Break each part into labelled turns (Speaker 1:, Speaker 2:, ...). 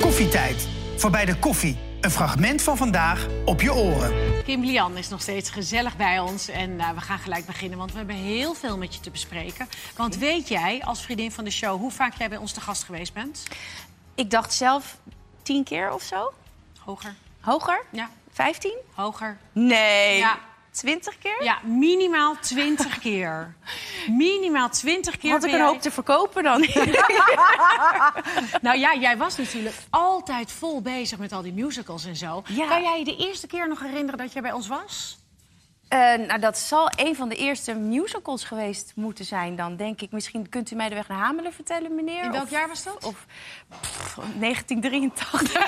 Speaker 1: Koffietijd. Voorbij de koffie. Een fragment van vandaag op je oren.
Speaker 2: Kim Lian is nog steeds gezellig bij ons. En eh, we gaan gelijk beginnen, want we hebben heel veel met je te bespreken. Want weet jij, als vriendin van de show, hoe vaak jij bij ons te gast geweest bent?
Speaker 3: Ik dacht zelf tien keer of zo.
Speaker 2: Hoger.
Speaker 3: Hoger?
Speaker 2: Ja,
Speaker 3: Vijftien?
Speaker 2: hoger.
Speaker 3: Nee.
Speaker 2: Ja.
Speaker 3: Twintig keer?
Speaker 2: Ja, minimaal 20 keer. Minimaal 20 keer.
Speaker 3: Had ik
Speaker 2: ben
Speaker 3: een
Speaker 2: jij-
Speaker 3: hoop te verkopen dan? Eh,
Speaker 2: Nou ja, jij was natuurlijk altijd vol bezig met al die musicals en zo.
Speaker 3: Ja.
Speaker 2: Kan jij je de eerste keer nog herinneren dat jij bij ons was?
Speaker 3: Eh, nou, dat zal een van de eerste musicals geweest moeten zijn dan, denk ik. Misschien kunt u mij de weg naar Hamelen vertellen, meneer?
Speaker 2: In welk
Speaker 3: Of-
Speaker 2: jaar was dat?
Speaker 3: Of pff, 1983.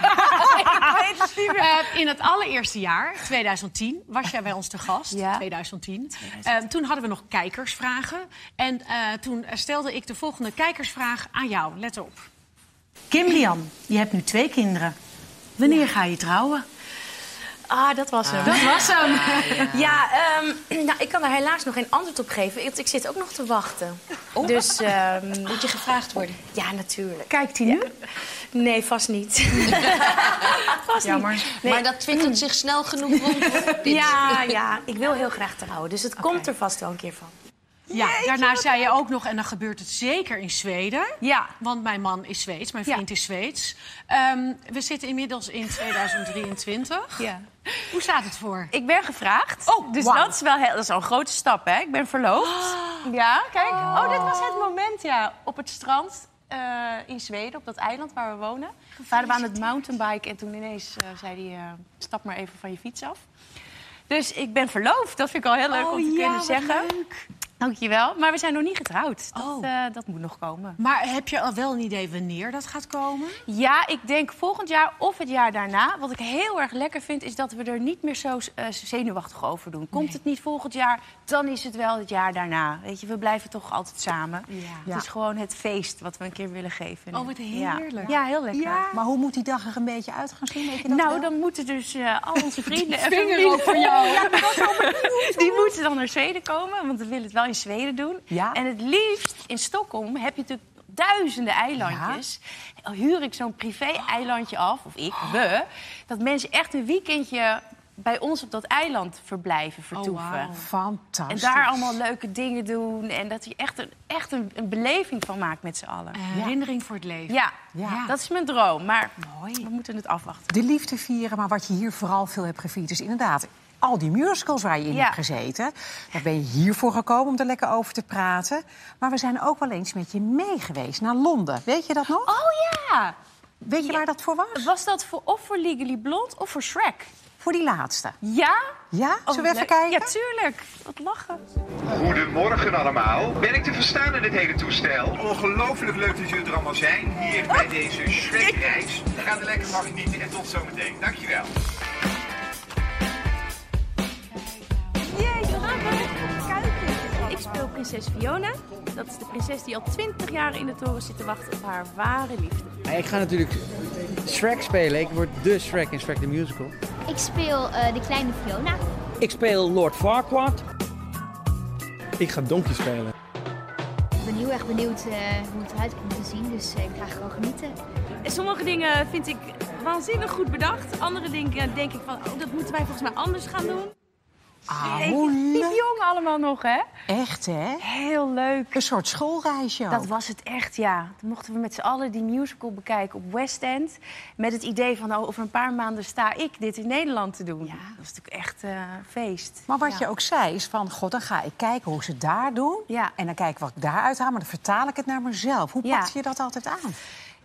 Speaker 3: ik weet het niet meer.
Speaker 2: Eh, in het allereerste jaar, 2010, was jij bij ons te gast.
Speaker 3: Ja.
Speaker 2: 2010. Eh, toen hadden we nog kijkersvragen. En eh, toen eh, stelde ik de volgende kijkersvraag aan jou. Let op. Kim Lian, je hebt nu twee kinderen. Wanneer ga je trouwen?
Speaker 3: Ah, dat was hem.
Speaker 2: Dat was hem.
Speaker 3: Ja, ehm, nou, ik kan daar helaas nog geen antwoord op geven. want Ik zit ook nog te wachten. Dus ehm,
Speaker 4: Moet je gevraagd worden?
Speaker 3: ja, natuurlijk.
Speaker 2: Kijkt hij nu?
Speaker 3: Nee, vast niet. vast niet. Nee,
Speaker 4: Maar dat twittert zich snel genoeg rond. op dit.
Speaker 3: ja, ja, ik wil heel graag trouwen. Dus het komt er vast wel een keer van.
Speaker 5: Oh,
Speaker 2: Ja, daarna zei je ook nog, en dan gebeurt het zeker in Zweden.
Speaker 3: Ja.
Speaker 2: Want mijn man is Zweeds, mijn
Speaker 3: Ja.
Speaker 2: vriend is Zweeds. Ehm, we zitten inmiddels in 2023.
Speaker 3: Ja.
Speaker 2: Hoe staat het voor?
Speaker 3: Ik ben gevraagd.
Speaker 2: Oh,
Speaker 3: dus
Speaker 2: wauw.
Speaker 3: dat is wel heel, dat is al een grote stap, hè? Ik ben verloofd. Ja, kijk. Oh. dit was het moment, ja. Op het strand eh, in Zweden, op dat eiland waar we wonen. Waren we aan het mountainbiken en toen ineens eh, zei hij... eh, stap maar even van je fiets af. Dus ik ben verloofd. Dat vind ik al heel leuk om te kunnen
Speaker 2: wat
Speaker 3: zeggen.
Speaker 2: leuk.
Speaker 3: Dankjewel. Maar we zijn nog niet getrouwd. Dat,
Speaker 2: Oh.
Speaker 3: eh, dat moet nog komen.
Speaker 2: Maar heb je al wel een idee wanneer dat gaat komen?
Speaker 3: Ja, ik denk volgend jaar of het jaar daarna. Wat ik heel erg lekker vind, is dat we er niet meer zo eh, zenuwachtig over doen. Komt het niet volgend jaar, dan is het wel het jaar daarna. Weet je, we blijven toch altijd samen. Het is gewoon het feest wat we een keer willen geven. nu.
Speaker 2: Oh, wat
Speaker 3: Ja.
Speaker 2: heerlijk.
Speaker 3: Ja, heel lekker.
Speaker 6: Maar hoe moet die dag er een beetje uit gaan zien? Weet je dat
Speaker 3: Nou,
Speaker 6: wel?
Speaker 3: dan moeten dus eh, al onze vrienden en
Speaker 2: Vinger
Speaker 3: familie...
Speaker 2: op voor jou.
Speaker 3: Die moeten dan naar Zweden komen, want we willen het wel in Zweden doen.
Speaker 6: Ja.
Speaker 3: En het liefst in Stockholm heb je natuurlijk duizenden eilandjes. Huur ik zo'n privé-eilandje af, of ik, we, dat mensen echt een weekendje bij ons op dat eiland verblijven, vertoeven.
Speaker 2: wauw.
Speaker 3: En
Speaker 6: Fantastisch.
Speaker 3: daar allemaal leuke dingen doen. En dat je echt een, echt een, een beleving van maakt met z'n allen.
Speaker 2: Een herinnering voor het leven.
Speaker 3: Ja,
Speaker 6: Ja.
Speaker 3: dat is mijn droom. Maar
Speaker 6: Mooi.
Speaker 3: we moeten het afwachten.
Speaker 6: De liefde vieren, maar wat je hier vooral veel hebt gevierd... is inderdaad al die musicals waar je in
Speaker 3: Ja.
Speaker 6: hebt gezeten. Daar ben je hiervoor gekomen om er lekker over te praten. Maar we zijn ook wel eens met je mee geweest naar Londen. Weet je dat nog?
Speaker 3: Oh ja!
Speaker 6: Weet je waar dat voor was?
Speaker 3: Was dat voor, of voor Legally Blonde of voor Shrek?
Speaker 6: Voor die laatste.
Speaker 3: Ja?
Speaker 6: Ja?
Speaker 7: Oh,
Speaker 6: Zullen we
Speaker 3: wat
Speaker 6: even
Speaker 3: Oh, leuk.
Speaker 6: kijken?
Speaker 3: Ja, tuurlijk. Wat lachen.
Speaker 8: Goedemorgen allemaal. Ben ik te verstaan in dit hele toestel? Oh, Ongelooflijk leuk dat jullie er allemaal zijn. Hier bij deze Shrek-reis. Ga er lekker van genieten en tot zometeen. Dankjewel.
Speaker 7: Jee, Kijk Ik speel prinses Fiona. Dat is de prinses die al 20 jaar in de toren zit te wachten op haar ware liefde.
Speaker 9: Ik ga natuurlijk Shrek spelen. Ik word de Shrek in Shrek the Musical.
Speaker 10: Ik speel eh, de kleine Fiona.
Speaker 11: Ik speel Lord Farquaad.
Speaker 9: Ik ga Donkey spelen.
Speaker 10: Ik ben heel erg benieuwd eh, hoe het eruit komt te zien, dus eh, ik ga gewoon genieten.
Speaker 7: En sommige dingen vind ik waanzinnig goed bedacht. Andere dingen denk ik van, oh, dat moeten wij volgens mij anders gaan doen.
Speaker 6: Ah, hoe leuk.
Speaker 3: jong allemaal nog, hè?
Speaker 6: Echt, hè?
Speaker 3: Heel leuk.
Speaker 6: Een soort schoolreisje
Speaker 3: Dat
Speaker 6: ook.
Speaker 3: was het echt, ja. Toen mochten we met z'n allen die musical bekijken op West End. Met het idee van, oh, over een paar maanden sta ik dit in Nederland te doen. Dat was natuurlijk echt eh, feest.
Speaker 6: Maar wat
Speaker 3: Ja.
Speaker 6: je ook zei is van, god, dan ga ik kijken hoe ze daar doen.
Speaker 3: Ja.
Speaker 6: En dan kijk ik wat ik daaruit haal, maar dan vertaal ik het naar mezelf. Hoe
Speaker 3: Ja.
Speaker 6: pak je dat altijd aan?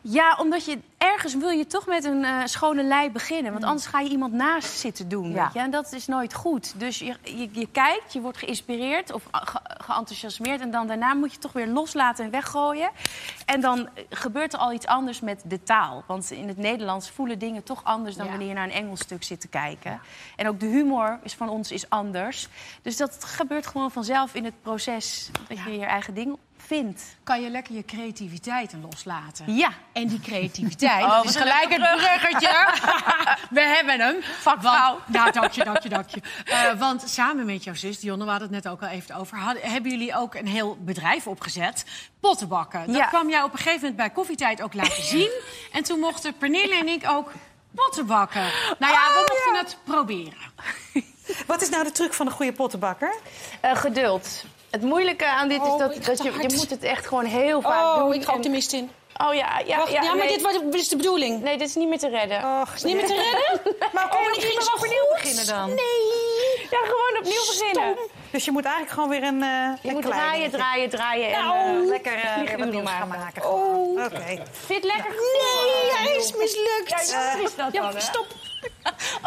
Speaker 3: Ja, omdat je ergens wil je toch met een eh, schone lei beginnen. Want anders ga je iemand naast zitten doen.
Speaker 6: Ja.
Speaker 3: Weet je? En dat is nooit goed. Dus je, je, je kijkt, je wordt geïnspireerd of a- ge- geenthousiasmeerd. En dan daarna moet je toch weer loslaten en weggooien. En dan eh, gebeurt er al iets anders met de taal. Want in het Nederlands voelen dingen toch anders dan
Speaker 2: Ja.
Speaker 3: wanneer je naar een Engels stuk zit te kijken. En ook de humor is van ons is anders. Dus dat gebeurt gewoon vanzelf in het proces dat je je eigen ding vindt.
Speaker 2: kan je lekker je creativiteit loslaten.
Speaker 3: Ja.
Speaker 2: En die creativiteit, Dus
Speaker 3: Oh,
Speaker 2: dat
Speaker 3: wat
Speaker 2: is
Speaker 3: een
Speaker 2: gelijk
Speaker 3: leuke
Speaker 2: het bruggetje. We hebben hem.
Speaker 3: Vakvrouw.
Speaker 2: Want- Nou, dank je, dank je, dank je. Eh, want samen met jouw zus, Dionne, we hadden het net ook al even over... hadden- hebben jullie ook een heel bedrijf opgezet, pottenbakken. Dat
Speaker 3: Ja.
Speaker 2: kwam jij op een gegeven moment bij Koffietijd ook laten zien. En toen mochten Pernille en ik ook pottenbakken. Nou ja, we mochten het proberen.
Speaker 5: Wat is nou de truc van een goede pottenbakker?
Speaker 3: Eh, geduld. Het moeilijke aan dit is dat, dat je, je moet het echt gewoon heel vaak doen.
Speaker 12: Oh, ik ga
Speaker 3: en-
Speaker 12: optimist in.
Speaker 3: Oh ja, ja,
Speaker 12: Wacht,
Speaker 3: ja.
Speaker 12: ja, maar dit was-
Speaker 3: is de bedoeling. Nee, dit is niet meer te redden.
Speaker 12: Is niet meer te redden?
Speaker 5: Maar
Speaker 3: kan je nog niet eens opnieuw beginnen dan?
Speaker 5: Nee.
Speaker 3: Ja, gewoon opnieuw beginnen.
Speaker 5: Dus je moet eigenlijk gewoon weer een. eh
Speaker 3: Je moet draaien, draaien, draaien. en, eh,
Speaker 5: lekker eh,
Speaker 3: vlieguren
Speaker 5: weer wat nieuws
Speaker 3: maken.
Speaker 5: gaan maken. Oh. Oké.
Speaker 3: Vind je het lekker? Oh.
Speaker 5: Nee, hij is mislukt.
Speaker 3: Ja, dat is dat
Speaker 5: Ja,
Speaker 3: dan, hè?
Speaker 5: stop.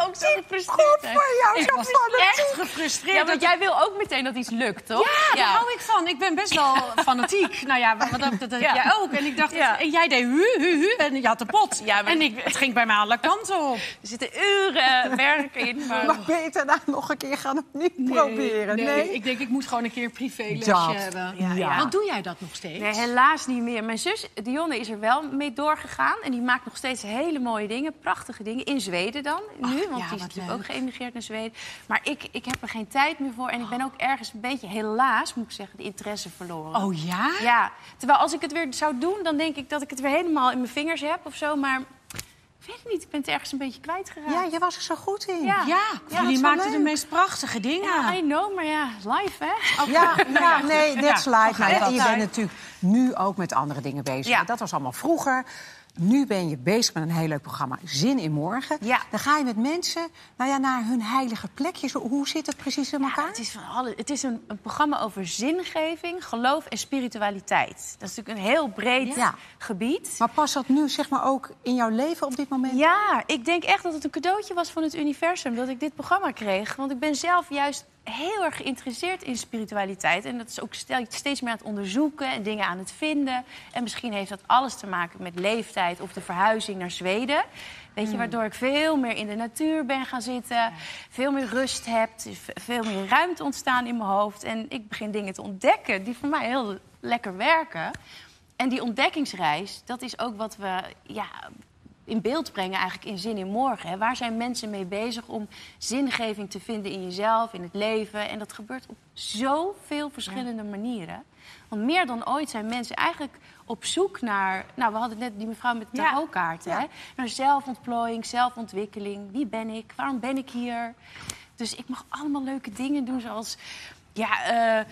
Speaker 3: Ook zo gefrustreerd.
Speaker 5: God voor jou,
Speaker 3: Ik
Speaker 5: zo
Speaker 3: was
Speaker 5: fanatiek.
Speaker 3: echt gefrustreerd.
Speaker 2: Ja, want
Speaker 3: jij wil ook meteen dat iets lukt,
Speaker 2: Ja, daar hou ik van. Ik ben best wel fanatiek. Nou ja, want dat, dat, dat-
Speaker 3: Ja.
Speaker 2: jij ook. En ik dacht,
Speaker 3: Ja.
Speaker 2: en jij deed hu, hu, hu. En je had de pot. en ik, het ging bij mij alle kanten op.
Speaker 3: Er zitten uren werk in. Maar...
Speaker 6: Maar ben je het daarna nog een keer gaan opnieuw proberen? Nee.
Speaker 2: ik denk ik moet gewoon een keer een privélesje
Speaker 6: Dat.
Speaker 2: hebben.
Speaker 6: Ja, ja.
Speaker 2: Want doe jij dat nog steeds?
Speaker 3: Nee, helaas niet meer. Mijn zus Dionne is er wel mee doorgegaan. En die maakt nog steeds hele mooie dingen, prachtige dingen. In Zweden dan, nu.
Speaker 2: Ach, ja,
Speaker 3: want die is
Speaker 2: wat
Speaker 3: natuurlijk
Speaker 2: leuk.
Speaker 3: ook geëmigreerd naar Zweden. Maar ik, ik heb er geen tijd meer voor. En ik ben ook ergens een beetje, helaas moet ik zeggen, de interesse verloren.
Speaker 2: Oh ja?
Speaker 3: Ja. Terwijl als ik het weer zou doen, dan denk ik dat ik het weer helemaal in mijn vingers heb of zo. Maar ik weet het niet, ik ben het ergens een beetje kwijtgeraakt.
Speaker 6: Ja, je was er zo goed in.
Speaker 3: Ja.
Speaker 2: Ja,
Speaker 3: Ja,
Speaker 2: jullie
Speaker 3: dat is wel
Speaker 2: maakten de
Speaker 3: leuk.
Speaker 2: meest prachtige dingen.
Speaker 3: Ja, I know, maar ja, live hè.
Speaker 6: Ja, ja, nee,
Speaker 2: Ja,
Speaker 6: net
Speaker 2: zo
Speaker 6: live.
Speaker 2: gaat
Speaker 6: Maar ja,
Speaker 2: dat.
Speaker 6: je bent natuurlijk nu ook met andere dingen bezig.
Speaker 3: Ja.
Speaker 6: Dat was allemaal vroeger. Nu ben je bezig met een heel leuk programma, Zin in Morgen. Dan ga je met mensen nou ja, naar hun heilige plekje. Zo, Hoe zit dat precies in elkaar?
Speaker 3: Het is, van alle, het is een, een programma over zingeving, geloof en spiritualiteit. Dat is natuurlijk een heel breed
Speaker 6: Ja.
Speaker 3: gebied.
Speaker 6: Maar past dat nu zeg maar, ook in jouw leven op dit moment?
Speaker 3: Ja, ik denk echt dat het een cadeautje was van het universum dat ik dit programma kreeg. Want ik ben zelf juist heel erg geïnteresseerd in spiritualiteit. En dat is ook stel- steeds meer aan het onderzoeken en dingen aan het vinden. En misschien heeft dat alles te maken met leeftijd of de verhuizing naar Zweden. Weet je, waardoor ik veel meer in de natuur ben gaan zitten. Veel meer rust heb. er is ve- Veel meer ruimte ontstaan in mijn hoofd. En ik begin dingen te ontdekken die voor mij heel lekker werken. En die ontdekkingsreis, dat is ook wat we ja, in beeld brengen eigenlijk in Zin in Morgen. Hè. Waar zijn mensen mee bezig om zingeving te vinden in jezelf, in het leven? En dat gebeurt op zoveel verschillende manieren. Want meer dan ooit zijn mensen eigenlijk op zoek naar... Nou, we hadden net die mevrouw met tarotkaarten. Hè? Naar zelfontplooiing, zelfontwikkeling. Wie ben ik? Waarom ben ik hier? Dus ik mag allemaal leuke dingen doen zoals... Ja, eh,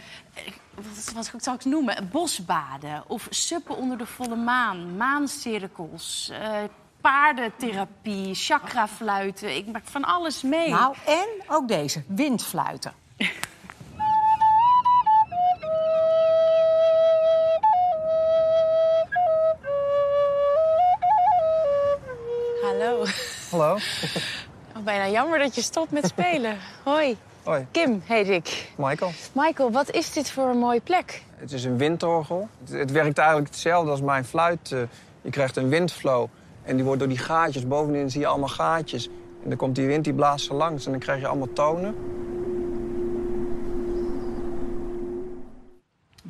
Speaker 3: wat, wat zou ik het noemen? Bosbaden of suppen onder de volle maan, maancirkels, eh, paardentherapie, chakrafluiten. Ik maak van alles mee.
Speaker 6: Nou, en ook deze, windfluiten.
Speaker 3: Hallo.
Speaker 13: Hallo.
Speaker 3: Oh, bijna jammer dat je stopt met spelen. Hoi.
Speaker 13: Hoi,
Speaker 3: Kim heet ik.
Speaker 13: Michael.
Speaker 3: Michael, wat is dit voor een mooie plek?
Speaker 13: Het is een windorgel. Het, het werkt eigenlijk hetzelfde als mijn fluit. Eh, Je krijgt een windflow en die wordt door die gaatjes. Bovenin zie je allemaal gaatjes. En dan komt die wind, die blaast er langs en dan krijg je allemaal tonen.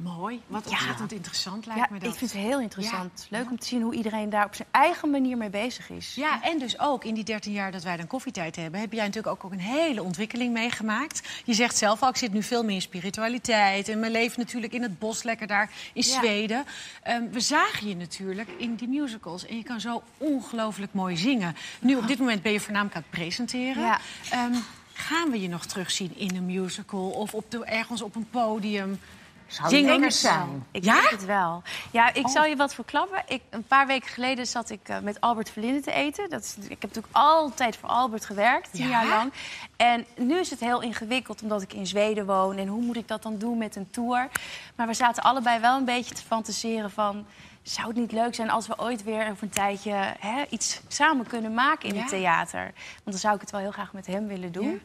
Speaker 2: Mooi. Wat
Speaker 3: Ja.
Speaker 2: ontzettend interessant lijkt
Speaker 3: Ja,
Speaker 2: me
Speaker 3: ik
Speaker 2: dat.
Speaker 3: vind het heel interessant. Leuk om te zien hoe iedereen daar op zijn eigen manier mee bezig is.
Speaker 2: Ja, en dus ook in die 13 jaar dat wij dan koffietijd hebben, heb jij natuurlijk ook, ook een hele ontwikkeling meegemaakt. Je zegt zelf al, ik zit nu veel meer in spiritualiteit. En mijn leven natuurlijk in het bos, lekker daar in
Speaker 3: Ja.
Speaker 2: Zweden. Ehm, we zagen je natuurlijk in die musicals. En je kan zo ongelooflijk mooi zingen. Nu, op dit moment ben je voornamelijk aan het presenteren.
Speaker 3: Ja.
Speaker 2: Ehm, gaan we je nog terugzien in een musical of op de, ergens op een podium?
Speaker 6: Zou lekker
Speaker 2: Zingers?
Speaker 6: zijn.
Speaker 3: Ik
Speaker 2: ja? Oh.
Speaker 3: denk het wel. Ja, ik zal je wat verklappen. Ik, een paar weken geleden zat ik eh, met Albert Verlinde te eten. Dat is, ik heb natuurlijk altijd voor Albert gewerkt, tien
Speaker 2: Ja?
Speaker 3: jaar lang. En nu is het heel ingewikkeld, omdat ik in Zweden woon. En hoe moet ik dat dan doen met een tour? Maar we zaten allebei wel een beetje te fantaseren van... zou het niet leuk zijn als we ooit weer voor een tijdje hè, iets samen kunnen maken in
Speaker 2: Ja.
Speaker 3: het theater? Want dan zou ik het wel heel graag met hem willen doen.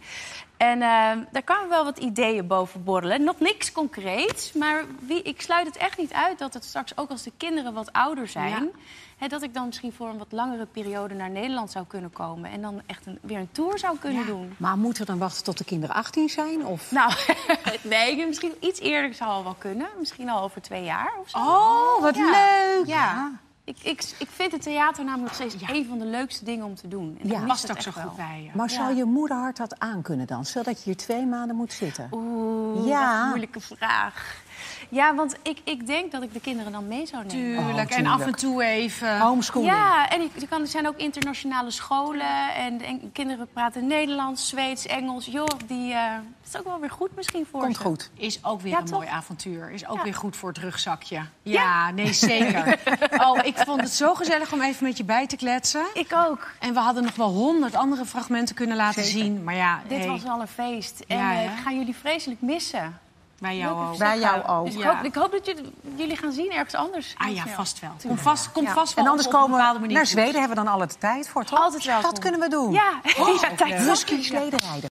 Speaker 3: En eh, daar kwamen wel wat ideeën boven borrelen. Nog niks concreets, maar wie, ik sluit het echt niet uit dat het straks ook als de kinderen wat ouder zijn. Hè, dat ik dan misschien voor een wat langere periode naar Nederland zou kunnen komen. En dan echt een, weer een tour zou kunnen doen.
Speaker 6: Maar moeten we dan wachten tot de kinderen 18 zijn? Of?
Speaker 3: Nou, nee, misschien iets eerder zou al wel kunnen. Misschien al over twee jaar of zo.
Speaker 6: Oh, wat
Speaker 3: Ja.
Speaker 6: leuk!
Speaker 3: Ja. Ik, ik, ik vind het theater namelijk nog steeds een van de leukste dingen om te doen. En
Speaker 6: Ja.
Speaker 3: dat
Speaker 6: Past
Speaker 3: is
Speaker 6: ook
Speaker 3: het
Speaker 6: zo
Speaker 3: echt
Speaker 6: goed
Speaker 3: wel. Ja.
Speaker 6: Maar zou je moederhart dat aankunnen dan? Stel dat je hier twee maanden moet zitten.
Speaker 3: Oeh,
Speaker 6: Ja.
Speaker 3: wat een moeilijke vraag. Ja, want ik, ik denk dat ik de kinderen dan mee zou
Speaker 6: Oh,
Speaker 3: nemen.
Speaker 2: Tuurlijk, en af en toe even.
Speaker 3: Oh, Ja, en je, je kan, er zijn ook internationale scholen. En, en kinderen praten Nederlands, Zweeds, Engels. Joh, die eh, dat is ook wel weer goed misschien voor ze.
Speaker 2: Is ook weer
Speaker 3: Ja,
Speaker 2: een
Speaker 3: toch?
Speaker 2: mooi avontuur. Is ook
Speaker 3: Ja.
Speaker 2: weer goed voor het rugzakje. Ja, nee, zeker. oh, ik vond het zo gezellig om even met je bij te kletsen.
Speaker 3: Ik ook.
Speaker 2: En we hadden nog wel honderd andere fragmenten kunnen laten
Speaker 3: Zeker.
Speaker 2: zien. Maar ja,
Speaker 3: Dit
Speaker 2: hey,
Speaker 3: was wel een feest. En
Speaker 2: Ja,
Speaker 3: eh,
Speaker 2: hè?
Speaker 3: ik ga jullie vreselijk missen.
Speaker 2: bij
Speaker 3: Wil
Speaker 2: jou
Speaker 3: ik
Speaker 2: ook.
Speaker 3: even zeggen. Dus ik,
Speaker 2: Ja.
Speaker 3: hoop, ik hoop dat jullie, jullie gaan zien ergens anders.
Speaker 2: Ah
Speaker 3: Heel
Speaker 2: ja,
Speaker 3: snel.
Speaker 2: vast wel. Kom
Speaker 3: Tuurlijk.
Speaker 2: vast, kom
Speaker 3: Ja.
Speaker 2: vast wel
Speaker 6: En anders
Speaker 2: op een
Speaker 6: komen
Speaker 2: bepaalde
Speaker 6: we
Speaker 2: manier
Speaker 6: naar
Speaker 2: goed.
Speaker 6: Zweden. Hebben we dan alle tijd voor? toch?
Speaker 3: Altijd wel.
Speaker 2: Oh.
Speaker 6: Dat kunnen we doen.
Speaker 3: Ja, ja tijd
Speaker 6: Husky
Speaker 3: Ja.
Speaker 6: sledenrijden.